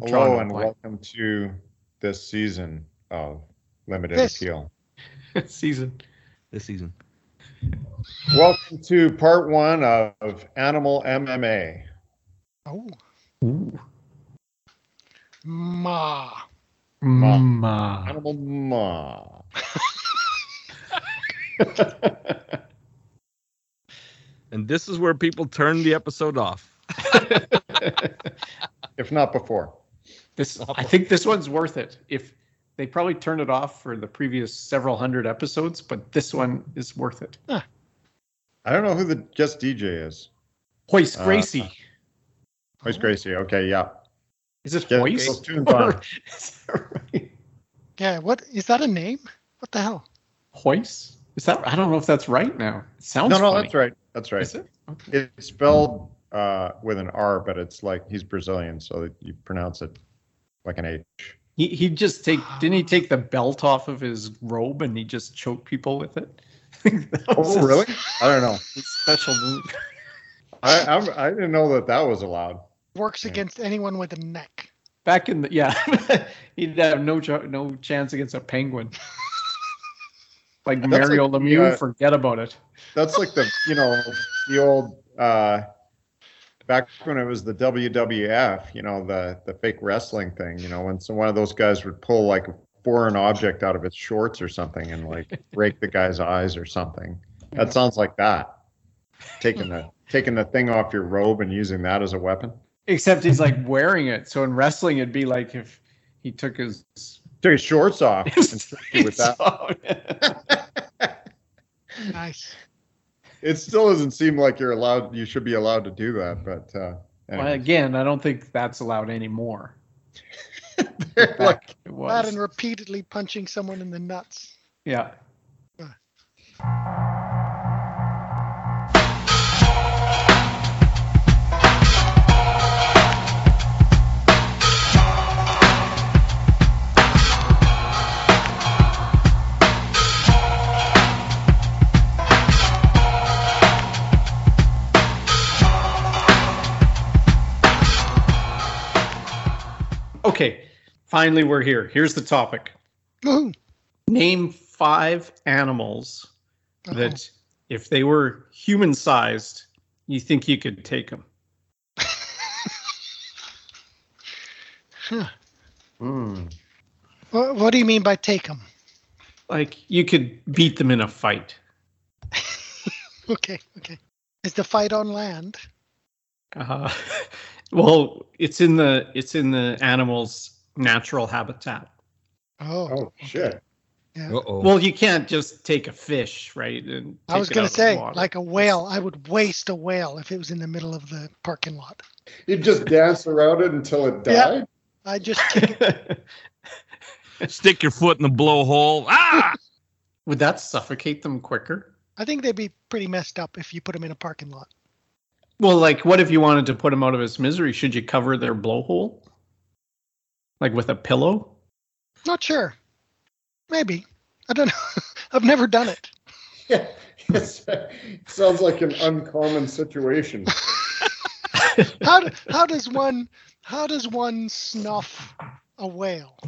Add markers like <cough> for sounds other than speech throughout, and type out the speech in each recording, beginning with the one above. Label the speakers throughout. Speaker 1: Hello
Speaker 2: to
Speaker 1: and
Speaker 2: apply.
Speaker 1: welcome to this season of Limited
Speaker 2: This.
Speaker 1: Appeal.
Speaker 2: <laughs> season.
Speaker 3: this season.
Speaker 1: Welcome to part one of Animal MMA.
Speaker 4: Oh, ma.
Speaker 1: Ma.
Speaker 2: Ma.
Speaker 1: Animal
Speaker 2: <laughs>
Speaker 1: Ma.
Speaker 3: And this is where people turn the episode off.
Speaker 1: if not before.
Speaker 2: This I think this one's worth it. If they probably turned it off for the previous several hundred episodes, but this one is worth it.
Speaker 1: I don't know who the guest DJ is.
Speaker 2: Hoist
Speaker 1: Uh,
Speaker 2: Gracie.
Speaker 1: Where's Gracie? Okay, yeah.
Speaker 2: is it
Speaker 1: Get
Speaker 2: Hoist?
Speaker 1: those tunes on.
Speaker 2: <laughs> Or- is that right?
Speaker 4: Yeah, what is that a name? What the hell?
Speaker 2: Hoist? Is that I don't know if that's right now. It sounds
Speaker 1: No, no,
Speaker 2: funny.
Speaker 1: that's right. That's right.
Speaker 2: Is it? Okay.
Speaker 1: It's spelled uh, with an R, but it's like he's Brazilian, so that you pronounce it like an H.
Speaker 2: He he just take didn't he take the belt off of his robe and he just choke people with it? <laughs>
Speaker 1: Oh,
Speaker 2: That was his-
Speaker 1: I don't know.
Speaker 2: his special move.
Speaker 1: I, I'm, I didn't know that that was allowed.
Speaker 4: Works
Speaker 1: Yeah.
Speaker 4: against anyone with a neck.
Speaker 2: Back in the yeah, <laughs> he'd have no ch- no chance against
Speaker 1: <laughs>
Speaker 2: a penguin. like
Speaker 1: That's
Speaker 2: Mario
Speaker 1: like the,
Speaker 2: Lemieux,
Speaker 1: uh,
Speaker 2: forget about it.
Speaker 1: That's like the you know the old uh, back when it was the WWF, you know the the fake wrestling thing. You know when some one of those guys would pull like a foreign object out of his shorts or something and like break the guy's eyes or something. That sounds like that. Taking the taking the thing off your robe and using that as a weapon.
Speaker 2: Except he's like wearing it. So in wrestling, it'd be like if he took his.
Speaker 1: Took his shorts
Speaker 4: <laughs>
Speaker 1: off and
Speaker 2: his
Speaker 1: tricked you
Speaker 2: <laughs>
Speaker 1: with that.
Speaker 2: that. <laughs>
Speaker 4: Nice.
Speaker 1: It still doesn't seem like you're allowed. You should be allowed to do that, but uh,
Speaker 2: well,
Speaker 1: anyways.
Speaker 2: again, I don't think that's allowed anymore.
Speaker 1: They're <laughs> like
Speaker 2: Back it
Speaker 4: That
Speaker 2: was.
Speaker 4: and repeatedly punching someone in the nuts. <clears throat>
Speaker 2: yeah. Okay. Finally, we're here. Here's the topic.
Speaker 4: Woohoo.
Speaker 2: Name five animals
Speaker 4: Oh,
Speaker 2: that, if they were human sized, you think you could take them.
Speaker 1: hmm.
Speaker 4: wha- what, do you mean by take them?
Speaker 2: Like you could beat them in a fight.
Speaker 4: <laughs> Okay, okay. Is the fight on land?
Speaker 2: Uh, <laughs> well, it's in the it's in the animal's natural habitat.
Speaker 4: Oh,
Speaker 1: Oh shit!
Speaker 4: yeah.
Speaker 3: oh.
Speaker 2: Well, you can't just take a fish, right? And
Speaker 4: I was
Speaker 2: take it
Speaker 4: going
Speaker 2: out
Speaker 4: to
Speaker 2: of the
Speaker 4: say,
Speaker 2: water.
Speaker 4: like a whale, I would waste a whale if it was in the middle of the parking lot.
Speaker 1: You just dance around it until it
Speaker 4: Yeah.
Speaker 1: died. <laughs>
Speaker 4: I
Speaker 2: <laughs>
Speaker 4: just,
Speaker 3: Stick your foot in the blowhole. Ah!
Speaker 2: would that suffocate them quicker?
Speaker 4: I think they'd be pretty messed up if you put them in a parking lot.
Speaker 2: Well, like, what if you wanted to put them out of his misery? Should you cover their blowhole, like with a pillow?
Speaker 4: Not sure. Maybe. I don't know. <laughs> I've never done it.
Speaker 1: Yeah. It's, it sounds like an uncommon
Speaker 4: <laughs>
Speaker 1: situation.
Speaker 4: How do, how does one how does one snuff a whale? <laughs>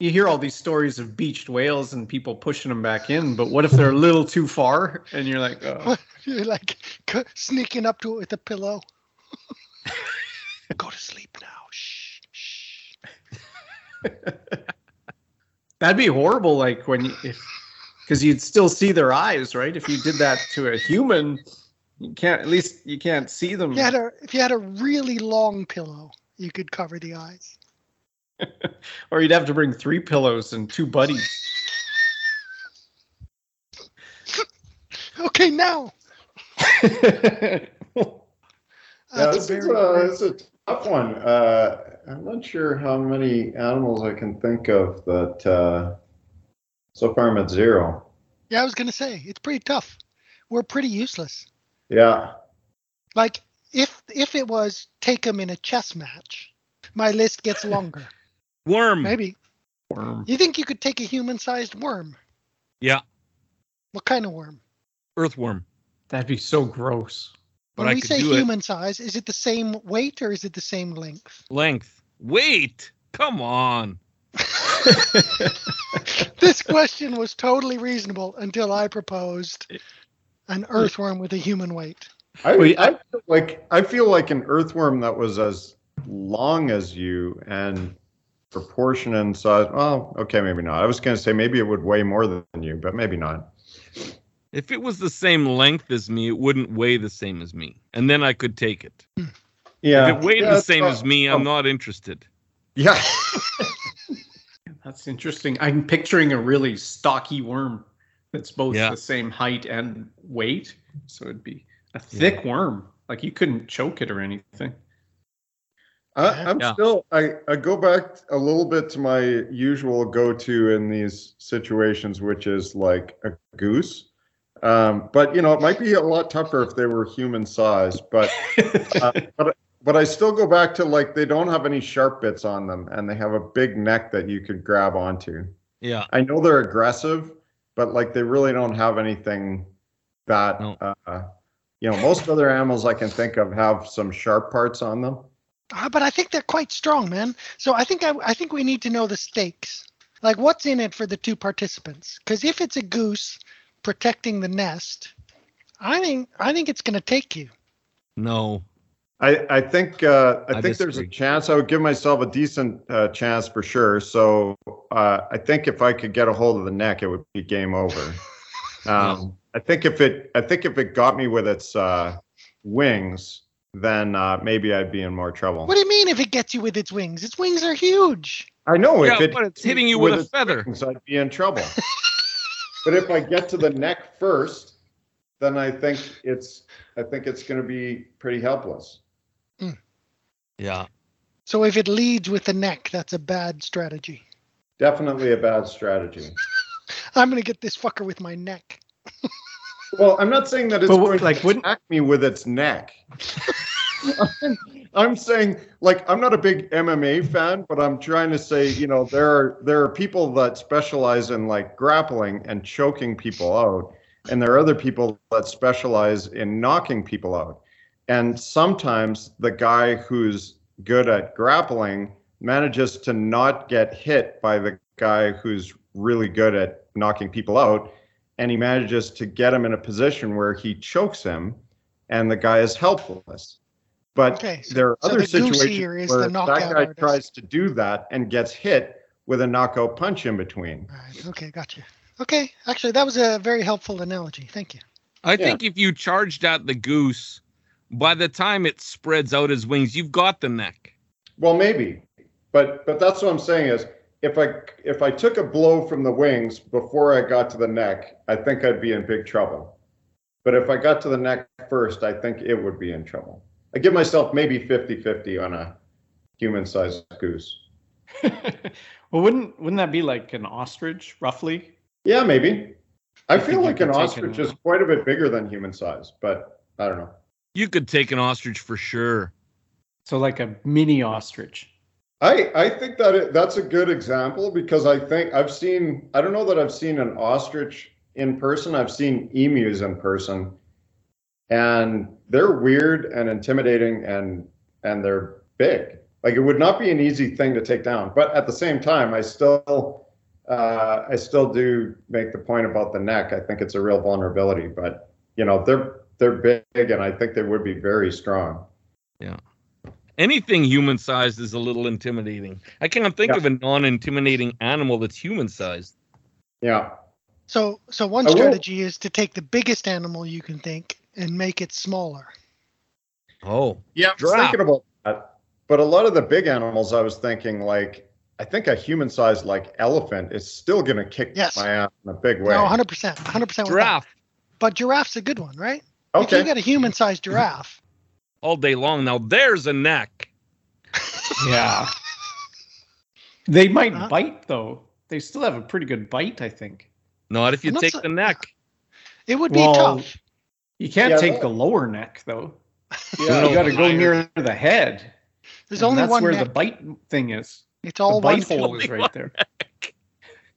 Speaker 2: you hear all these stories of beached whales and people pushing them back in, but what if they're a little too far and you're like, oh,
Speaker 4: You're like c- sneaking up to it with a pillow. <laughs> Go to sleep now. Shh. shh.
Speaker 2: that'd be horrible. Like when you, if, because you'd still see their eyes, right? If you did that to a human, you can't, at least you can't see them.
Speaker 4: If you had a if you had a really long pillow, you could cover the eyes.
Speaker 2: Or you'd have to bring three pillows and two buddies.
Speaker 4: Okay, now.
Speaker 1: Yeah, this,
Speaker 4: That's
Speaker 1: is
Speaker 4: Uh, very
Speaker 1: a,
Speaker 4: weird.
Speaker 1: this is a tough one. Uh, I'm not sure how many animals I can think of that. Uh, so far, I'm at zero.
Speaker 4: yeah, I was gonna say it's pretty tough. We're pretty useless.
Speaker 1: Yeah.
Speaker 4: Like if if it was take them in a chess match, my
Speaker 3: <laughs>
Speaker 4: list gets longer.
Speaker 3: Worm.
Speaker 4: Maybe.
Speaker 2: Worm.
Speaker 4: You think you could take a human-sized worm?
Speaker 3: Yeah.
Speaker 4: What kind of worm?
Speaker 3: Earthworm.
Speaker 2: That'd be so gross.
Speaker 3: But
Speaker 4: when
Speaker 3: I
Speaker 4: we
Speaker 3: could
Speaker 4: say
Speaker 3: do it.
Speaker 4: human size, is it the same weight or is it the same length?
Speaker 3: Length. Wait, come on. <laughs>
Speaker 4: this question was totally reasonable until I proposed an earthworm with a human weight.
Speaker 1: I,
Speaker 2: Well, yeah,
Speaker 1: I feel like I feel like an earthworm that was as long as you and proportion and size. Well, okay, maybe not. I was going to say maybe it would weigh more than you, but maybe not.
Speaker 3: If it was the same length as me, it wouldn't weigh the same as me, and then I could take it.
Speaker 1: Yeah,
Speaker 3: If it weighed
Speaker 1: Yeah,
Speaker 3: the
Speaker 1: that's
Speaker 3: same
Speaker 1: not-
Speaker 3: as me,
Speaker 1: oh.
Speaker 3: I'm not interested.
Speaker 1: <laughs> Yeah,
Speaker 2: That's interesting. I'm picturing a really stocky worm that's both
Speaker 3: Yeah.
Speaker 2: the same height and weight. So it'd be a thick worm. Like you couldn't choke it or anything.
Speaker 1: I, I'm
Speaker 3: Yeah.
Speaker 1: still. I, I go back a little bit to my usual go-to in these situations, which is like a goose. Um, but you know, it might be a lot tougher if they were human size. But but I still go back to like they don't have any sharp bits on them, and they have a big neck that you could grab onto.
Speaker 3: Yeah,
Speaker 1: I know they're aggressive, but like they really don't have anything that
Speaker 3: No.
Speaker 1: uh, you know. Most other animals I can think of have some sharp parts on them.
Speaker 4: Ah, but I think they're quite strong, man. So I think I, I think we need to know the stakes. Like what's in it for the two participants? Because if it's a goose protecting the nest, I think I think it's going to take you.
Speaker 3: no.
Speaker 1: I I think uh, I,
Speaker 3: I
Speaker 1: think there's a
Speaker 3: disagree.
Speaker 1: chance. I would give myself a decent uh, chance for sure. So uh, I think if I could get a hold of the neck, it would be game over. Um, I think if it I think if it got me with its uh, wings, then uh, maybe I'd be in more trouble.
Speaker 4: What do you mean if it gets you with its wings? Its wings are huge.
Speaker 1: I know
Speaker 3: yeah,
Speaker 1: if it
Speaker 3: but it's hitting you with, a
Speaker 1: its
Speaker 3: feather.
Speaker 1: wings, I'd be in trouble. but if I get to the neck first, then I think it's I think it's going to be pretty helpless.
Speaker 3: Yeah.
Speaker 4: So if it leads with the neck, that's a bad strategy.
Speaker 1: Definitely a bad strategy.
Speaker 4: I'm going to get this fucker with my neck.
Speaker 1: Well, I'm not saying that it's
Speaker 2: But what-
Speaker 1: going
Speaker 2: like,
Speaker 1: to
Speaker 2: wouldn't-
Speaker 1: attack me with its neck. <laughs> I'm saying, like, I'm not a big MMA fan, but I'm trying to say, you know, there are there are people that specialize in like grappling and choking people out, and there are other people that specialize in knocking people out. And sometimes the guy who's good at grappling manages to not get hit by the guy who's really good at knocking people out and he manages to get him in a position where he chokes him and the guy is helpless but
Speaker 4: Okay, so-
Speaker 1: there are
Speaker 4: so
Speaker 1: other
Speaker 4: the
Speaker 1: situations
Speaker 4: goosier is the
Speaker 1: where
Speaker 4: knockout
Speaker 1: that guy
Speaker 4: artist.
Speaker 1: tries to do that and gets hit with a knockout punch in between
Speaker 4: All right. Okay, gotcha. Okay, actually, that was a very helpful analogy. Thank you.
Speaker 3: I think if you charged at the goose, by the time it spreads out his wings, you've got the neck.
Speaker 1: well maybe but but that's what i'm saying is if i if i took a blow from the wings before i got to the neck i think i'd be in big trouble but if i got to the neck first i think it would be in trouble i give myself maybe 50-50 on a human-sized goose
Speaker 2: <laughs> well, wouldn't wouldn't that be like an ostrich, roughly?
Speaker 1: Yeah, maybe. I feel
Speaker 2: You think you
Speaker 1: like
Speaker 2: could
Speaker 1: an
Speaker 2: take
Speaker 1: ostrich
Speaker 2: it
Speaker 1: is
Speaker 2: out?
Speaker 1: quite a bit bigger than human size, but I don't know.
Speaker 3: You could take an ostrich for sure.
Speaker 2: So like a mini ostrich.
Speaker 1: I I think that it, that's a good example because I think I've seen I don't know that I've seen an ostrich in person. I've seen emus in person, and they're weird and intimidating and and they're big. Like it would not be an easy thing to take down, but at the same time, I still uh, I still do make the point about the neck. I think it's a real vulnerability, but you know they're they're big and I think they would be very strong.
Speaker 3: Anything human sized is a little intimidating. I can't think
Speaker 1: Yeah.
Speaker 3: of a non intimidating animal that's human sized.
Speaker 1: Yeah.
Speaker 4: So, so one
Speaker 1: I will-
Speaker 4: strategy is to take the biggest animal you can think and make it smaller.
Speaker 3: Oh,
Speaker 1: Yeah, I was
Speaker 3: Giraffe.
Speaker 1: thinking about that. But a lot of the big animals, I was thinking like, I think a human-sized like elephant is still gonna kick
Speaker 4: Yes.
Speaker 1: my ass in a big way.
Speaker 4: No, 100%. 100% with that.
Speaker 3: giraffe
Speaker 4: But giraffe's a good one, right? If you
Speaker 1: okay,
Speaker 4: got a human sized giraffe,
Speaker 3: all day long. Now there's a neck.
Speaker 2: Yeah. <laughs> they might
Speaker 4: Huh?
Speaker 2: bite though. They still have a pretty good bite, I think.
Speaker 3: Not if you
Speaker 4: I'm not
Speaker 3: take
Speaker 4: so-
Speaker 3: the neck.
Speaker 4: it would be
Speaker 2: Well,
Speaker 4: tough.
Speaker 2: You can't
Speaker 1: Yeah,
Speaker 2: take
Speaker 1: that-
Speaker 2: the lower neck though.
Speaker 1: yeah,
Speaker 2: you got to go near the head.
Speaker 4: There's
Speaker 2: and
Speaker 4: only
Speaker 2: that's
Speaker 4: one
Speaker 2: where
Speaker 4: neck.
Speaker 2: the bite thing is.
Speaker 4: it's all
Speaker 2: the
Speaker 4: one
Speaker 2: bite
Speaker 4: pill.
Speaker 2: hole is right there.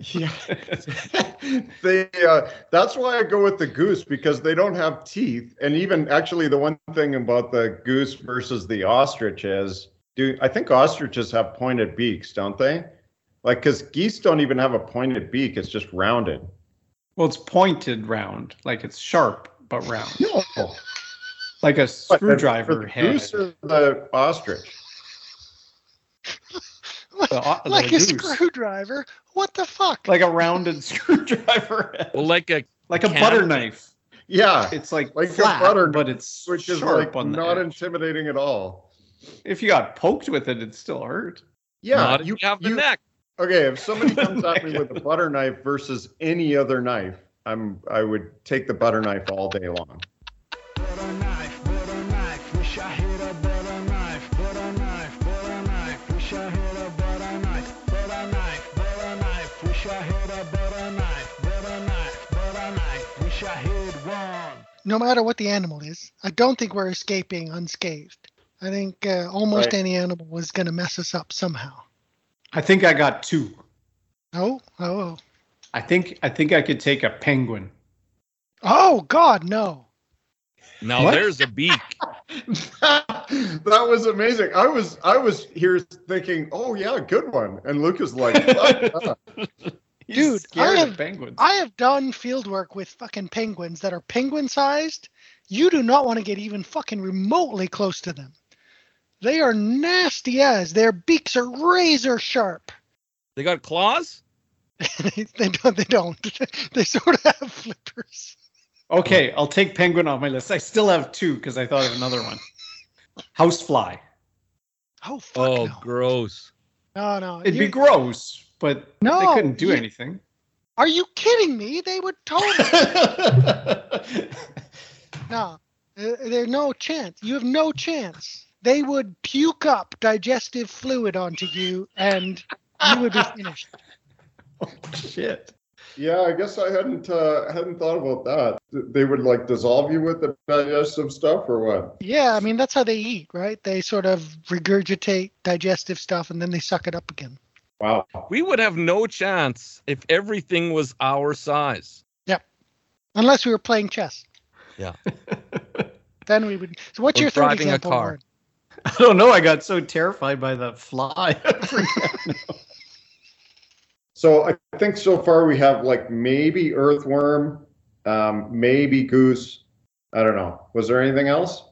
Speaker 1: yeah. <laughs> they uh, that's why I go with the goose because they don't have teeth. And even actually, the one thing about the goose versus the ostrich is do I think ostriches have pointed beaks, don't they? Like, because geese don't even have a pointed beak; it's just rounded.
Speaker 2: Well, it's pointed round, like it's sharp but round,
Speaker 4: <laughs>
Speaker 1: No,
Speaker 2: like a
Speaker 1: What, for
Speaker 2: screwdriver
Speaker 1: the
Speaker 2: head.
Speaker 1: goose or the ostrich.
Speaker 2: The o-
Speaker 4: <laughs>
Speaker 2: the
Speaker 4: like a
Speaker 2: goose.
Speaker 4: screwdriver. What the fuck?
Speaker 2: like a rounded <laughs> screwdriver head,
Speaker 3: Well, like a
Speaker 2: like a
Speaker 3: Cat.
Speaker 2: butter knife.
Speaker 1: Yeah,
Speaker 2: It's like,
Speaker 1: Like a
Speaker 2: flat,
Speaker 1: butter
Speaker 2: but it's
Speaker 1: <laughs> which is
Speaker 2: sharp
Speaker 1: like
Speaker 2: on the
Speaker 1: not
Speaker 2: edge.
Speaker 1: intimidating at all.
Speaker 2: If you got poked with it, it'd still hurt.
Speaker 1: Yeah,
Speaker 3: nod if you have the neck.
Speaker 1: Okay, if somebody comes at me with a butter knife versus any other knife, I'm I would take the butter knife all day long. <laughs>
Speaker 5: Butter knife, butter knife, wish I had a butter knife, butter knife, butter knife, wish I had a butter knife, butter knife, butter knife, wish I had a butter knife, butter knife, butter knife, wish I had one.
Speaker 4: no matter what the animal is, I don't think we're escaping unscathed. I think uh, almost
Speaker 1: Right.
Speaker 4: any animal was going to mess us up somehow.
Speaker 2: I think I got two.
Speaker 4: Oh, oh, oh.
Speaker 2: I think I think I could take a
Speaker 4: <laughs>
Speaker 2: penguin.
Speaker 4: Oh, God, no.
Speaker 3: Now
Speaker 2: What?
Speaker 3: there's a beak.
Speaker 1: that was amazing. I was I was here thinking, oh yeah, good one. And Luke is like,
Speaker 2: <laughs>
Speaker 1: "Fuck that."
Speaker 2: He's
Speaker 4: Dude,
Speaker 2: scared
Speaker 4: I
Speaker 2: of
Speaker 4: have-
Speaker 2: penguins.
Speaker 4: I have done field work with fucking penguins that are penguin sized. You do not want to get even fucking remotely close to them. They are nasty as their beaks are razor sharp. <laughs>
Speaker 3: They got claws.
Speaker 4: they don't. They don't. <laughs> they sort of have flippers.
Speaker 2: Okay, I'll take penguin off my list. I still have two because I thought of
Speaker 4: <laughs>
Speaker 2: another one. Housefly.
Speaker 4: Oh fuck
Speaker 3: Oh,
Speaker 4: no.
Speaker 3: gross.
Speaker 4: no, no.
Speaker 2: It'd
Speaker 4: You-
Speaker 2: be gross, but
Speaker 4: No,
Speaker 2: they couldn't do
Speaker 4: you- <laughs>
Speaker 2: anything.
Speaker 4: Are you kidding me? They would totally. <laughs> Oh, No, Uh, there's no chance. You have no chance. They would puke up digestive fluid onto you, and you would be finished.
Speaker 2: oh, shit.
Speaker 1: yeah, I guess I hadn't uh, hadn't thought about that. Th- They would like dissolve you with the digestive stuff or what?
Speaker 4: Yeah, I mean that's how they eat, right? They sort of regurgitate digestive stuff, and then they suck it up again.
Speaker 1: Wow.
Speaker 3: We would have no chance if everything was our size.
Speaker 4: Unless we were playing chess.
Speaker 1: <laughs>
Speaker 3: Yeah.
Speaker 4: then we would. So, what's
Speaker 3: Or
Speaker 4: your third
Speaker 3: driving a
Speaker 4: example?
Speaker 3: car.
Speaker 4: Warren?
Speaker 2: I don't know. I got so terrified by the fly. <laughs> I forgot.
Speaker 1: So I think so far we have like maybe earthworm, um, maybe goose. I don't know. Was there anything else?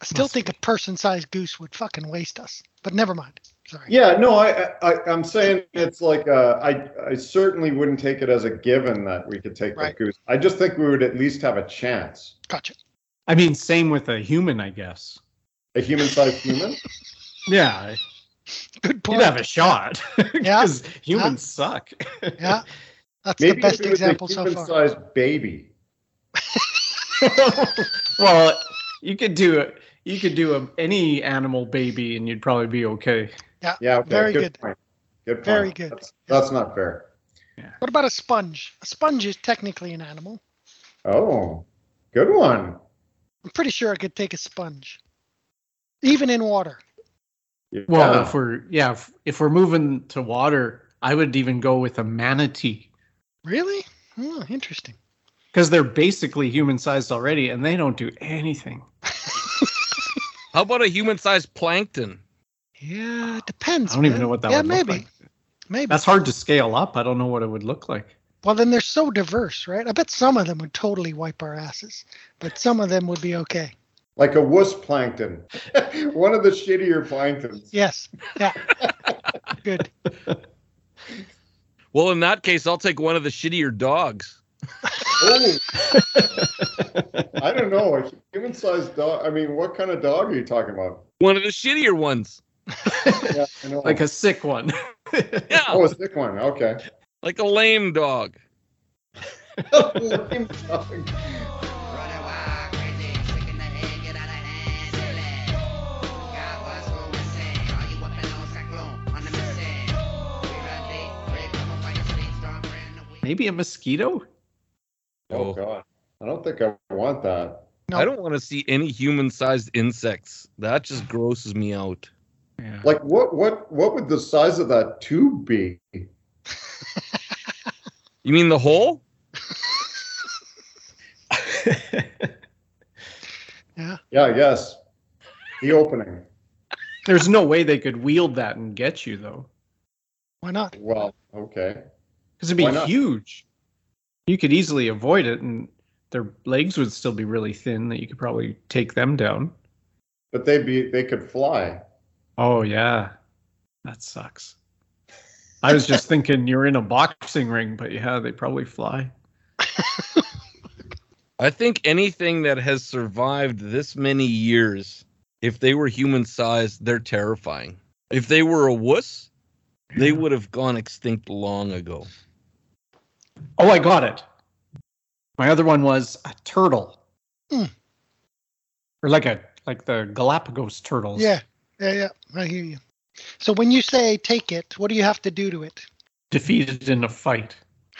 Speaker 4: I still
Speaker 2: Must
Speaker 4: think a person-sized goose would fucking waste us, but never mind. Sorry.
Speaker 1: Yeah, no, I, I I'm saying it's like uh, I I certainly wouldn't take it as a given that we could take
Speaker 4: Right.
Speaker 1: the goose. I just think we would at least have a chance.
Speaker 4: Gotcha.
Speaker 2: I mean, same with a human, I guess.
Speaker 1: A human-sized
Speaker 4: <laughs>
Speaker 1: human.
Speaker 2: Yeah,
Speaker 4: Good
Speaker 2: you'd
Speaker 4: point.
Speaker 2: have a shot. <laughs>
Speaker 4: Yeah.
Speaker 2: Because humans suck. <laughs>
Speaker 4: Yeah. That's
Speaker 1: Maybe
Speaker 4: the
Speaker 1: if
Speaker 4: best
Speaker 1: it was a
Speaker 4: example so far.
Speaker 1: human-sized baby.
Speaker 2: well, you could do it. You could do a, any animal baby, and you'd probably be okay.
Speaker 1: Yeah. Okay,
Speaker 4: Very
Speaker 1: good.
Speaker 4: good.
Speaker 1: Point. Good point.
Speaker 4: Very good.
Speaker 1: That's, that's not fair.
Speaker 4: What about a sponge? A sponge is technically an animal.
Speaker 1: Oh, good one.
Speaker 4: I'm pretty sure I could take a sponge, even in water.
Speaker 1: Yeah.
Speaker 2: Well, if we're yeah, if, if we're moving to water, I would even go with a manatee
Speaker 4: Really? Hmm, interesting.
Speaker 2: because they're basically human sized already, and they don't do anything.
Speaker 3: How about a human-sized plankton?
Speaker 4: Yeah, it depends.
Speaker 2: I don't even
Speaker 4: man.
Speaker 2: know what that
Speaker 4: Yeah,
Speaker 2: would
Speaker 4: maybe,
Speaker 2: look like.
Speaker 4: maybe.
Speaker 2: That's hard to scale up. I don't know what it would look like.
Speaker 4: Well, then they're so diverse, right? I bet some of them would totally wipe our asses, but some of them would be okay.
Speaker 1: like a wuss plankton, <laughs> one of the shittier planktons.
Speaker 4: Yes. Yeah. <laughs> Good.
Speaker 3: Well, in that case, I'll take one of the shittier dogs.
Speaker 1: <laughs> Oh. I don't know. A human-sized dog. I mean, what kind of dog are you talking about?
Speaker 3: One of the shittier ones.
Speaker 1: Yeah, I know.
Speaker 2: like a sick one. <laughs>
Speaker 3: Yeah,
Speaker 1: Oh, a sick one. <laughs> Okay.
Speaker 3: like a lame dog.
Speaker 1: Lame dog.
Speaker 6: Running wild, crazy, shaking the head, get out of hand, silly. God was who was saying, are you up in old cyclone on the missing? We're a day, we're coming by your street, strong brand new week.
Speaker 2: Maybe a mosquito.
Speaker 1: Oh God. I don't think I want that.
Speaker 4: No.
Speaker 3: I don't want to see any human-sized insects. That just grosses me out.
Speaker 2: Yeah.
Speaker 1: Like, what? What? What would the size of that tube be?
Speaker 3: You mean the hole?
Speaker 1: Yeah. Yes. The opening.
Speaker 2: There's no way they could wield that and get you though,
Speaker 4: Why not?
Speaker 1: Well, okay.
Speaker 2: because it'd
Speaker 1: Why
Speaker 2: be
Speaker 1: not?
Speaker 2: huge. You could easily avoid it, and their legs would still be really thin. That you could probably take them down.
Speaker 1: But they'd be they could fly.
Speaker 2: Oh yeah, that sucks. I was <laughs> just thinking you're in a boxing ring, but yeah, they probably fly.
Speaker 3: I think anything that has survived this many years, if they were human sized, they're terrifying. If they were a wuss, they would have gone extinct long ago.
Speaker 2: Oh, I got it. My other one was a turtle,
Speaker 4: Hmm.
Speaker 2: or like a like the Galapagos turtles.
Speaker 4: Yeah, yeah, yeah. I hear you. So when you say take it, what do you have to do to it?
Speaker 2: defeated in a fight.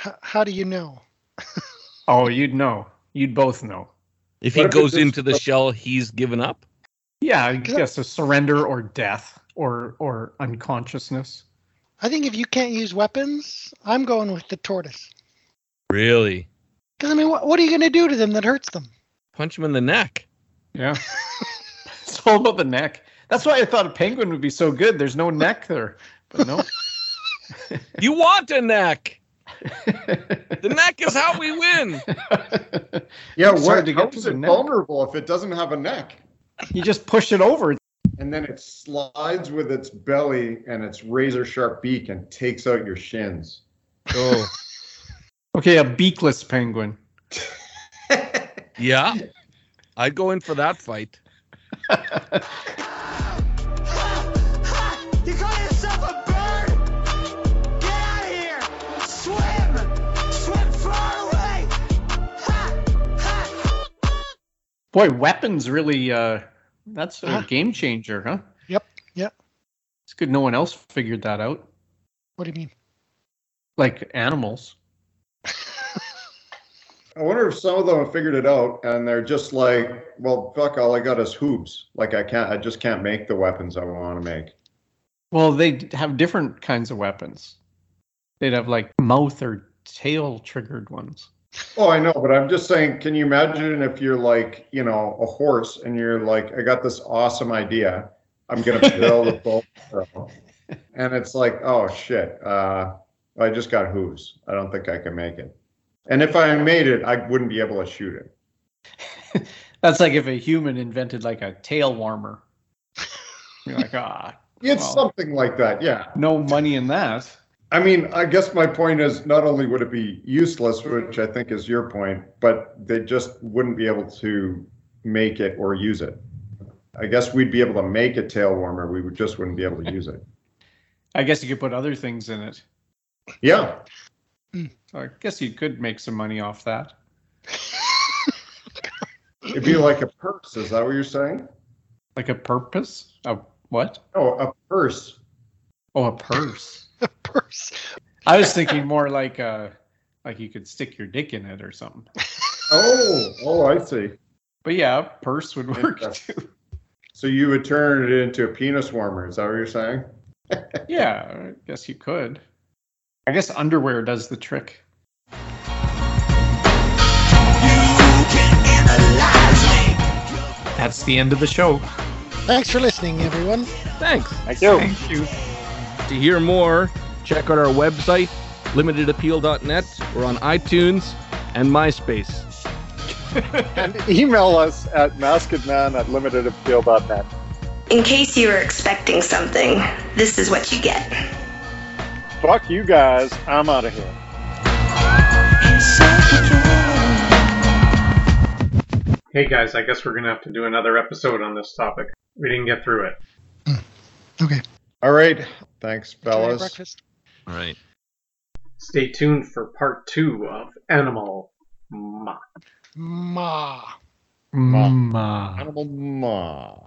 Speaker 4: H- how do you know?
Speaker 2: Oh, you'd know. You'd both know.
Speaker 3: If
Speaker 1: What
Speaker 3: he
Speaker 1: if
Speaker 3: goes
Speaker 1: it's just-
Speaker 3: into the shell, he's given up.
Speaker 2: Yeah, I guess a surrender or death or or unconsciousness.
Speaker 4: I think if you can't use weapons, I'm going with the tortoise.
Speaker 3: Really?
Speaker 4: Because I mean, what, what are you going to do to them that hurts them?
Speaker 3: Punch him in the neck.
Speaker 2: Yeah. <laughs> it's all about the neck. That's why I thought a penguin would be so good. There's no neck there. But no.
Speaker 3: You want
Speaker 1: <laughs>
Speaker 3: a neck. The neck is how we win.
Speaker 1: Yeah,
Speaker 2: It's
Speaker 1: what
Speaker 2: hard to
Speaker 1: how
Speaker 2: get to
Speaker 1: is
Speaker 2: the
Speaker 1: it
Speaker 2: neck.
Speaker 1: vulnerable if it doesn't have a neck?
Speaker 2: you just push it over.
Speaker 1: And then it slides with its belly and its razor sharp beak and takes out your shins.
Speaker 3: Oh.
Speaker 2: Okay, a beakless penguin.
Speaker 3: Yeah. I'd go in for that fight.
Speaker 5: You call yourself a bird? Get out of here! Swim! Swim far away! Ha! Ha!
Speaker 2: Boy, weapons really uh that's a game changer, huh?
Speaker 4: Yep, yep.
Speaker 2: It's good no one else figured that out.
Speaker 4: What do you mean? <laughs>
Speaker 2: Like animals.
Speaker 1: I wonder if some of them have figured it out and they're just like, well, fuck, all I got is hoops. Like I can't, I just can't make the weapons I want to make.
Speaker 2: Well, they d- have different kinds of weapons. They'd have like mouth or tail triggered ones.
Speaker 1: Oh, I know, but I'm just saying, can you imagine if you're like, you know, a horse and you're like, I got this awesome idea. I'm going to build a bow and arrow. And it's like, oh shit, uh, I just got hooves. I don't think I can make it. And if I made it, I wouldn't be able to shoot it.
Speaker 2: That's like if a human invented like a tail warmer.
Speaker 7: <laughs>
Speaker 2: You're like, ah,
Speaker 1: It's
Speaker 2: Wow.
Speaker 1: something like that. Yeah.
Speaker 2: no money in that.
Speaker 1: I mean, I guess my point is not only would it be useless, which I think is your point, but they just wouldn't be able to make it or use it. I guess we'd be able to make a tail warmer. We would just wouldn't be able to use
Speaker 8: <laughs>
Speaker 1: it.
Speaker 2: I guess you could put other things in it.
Speaker 1: Yeah.
Speaker 2: So I guess you could make some money off that.
Speaker 1: It'd be like a purse. Is that what you're saying?
Speaker 2: Like a purpose? A what?
Speaker 1: No, a purse.
Speaker 2: Oh, a purse.
Speaker 4: A purse.
Speaker 2: I
Speaker 7: <laughs>
Speaker 2: was thinking more like uh like you could stick your dick in it or something.
Speaker 1: Oh, oh, I see.
Speaker 2: But yeah, a purse would work
Speaker 1: Interesting.
Speaker 2: too.
Speaker 1: So you would turn it into a penis warmer. Is that what you're saying?
Speaker 2: Yeah, I guess you could. I guess underwear does the trick. That's the end of the show.
Speaker 4: Thanks for listening, everyone.
Speaker 3: Thanks.
Speaker 8: Thank you.
Speaker 2: Thank you.
Speaker 3: To hear more, check out our website, limitedappeal.net. We're on iTunes and MySpace.
Speaker 8: And <laughs> email us at maskedman at limitedappeal.net.
Speaker 9: In case you were expecting something, this is what you get.
Speaker 8: Fuck you guys. I'm out of here.
Speaker 7: Hey guys, I guess we're gonna have to do another episode on this topic. We didn't get through it.
Speaker 4: Okay.
Speaker 1: All right. Thanks, fellas.
Speaker 4: Breakfast.
Speaker 3: All right.
Speaker 7: Stay tuned for part two of Animal Ma.
Speaker 4: Ma.
Speaker 2: Ma.
Speaker 1: uh, Animal ma.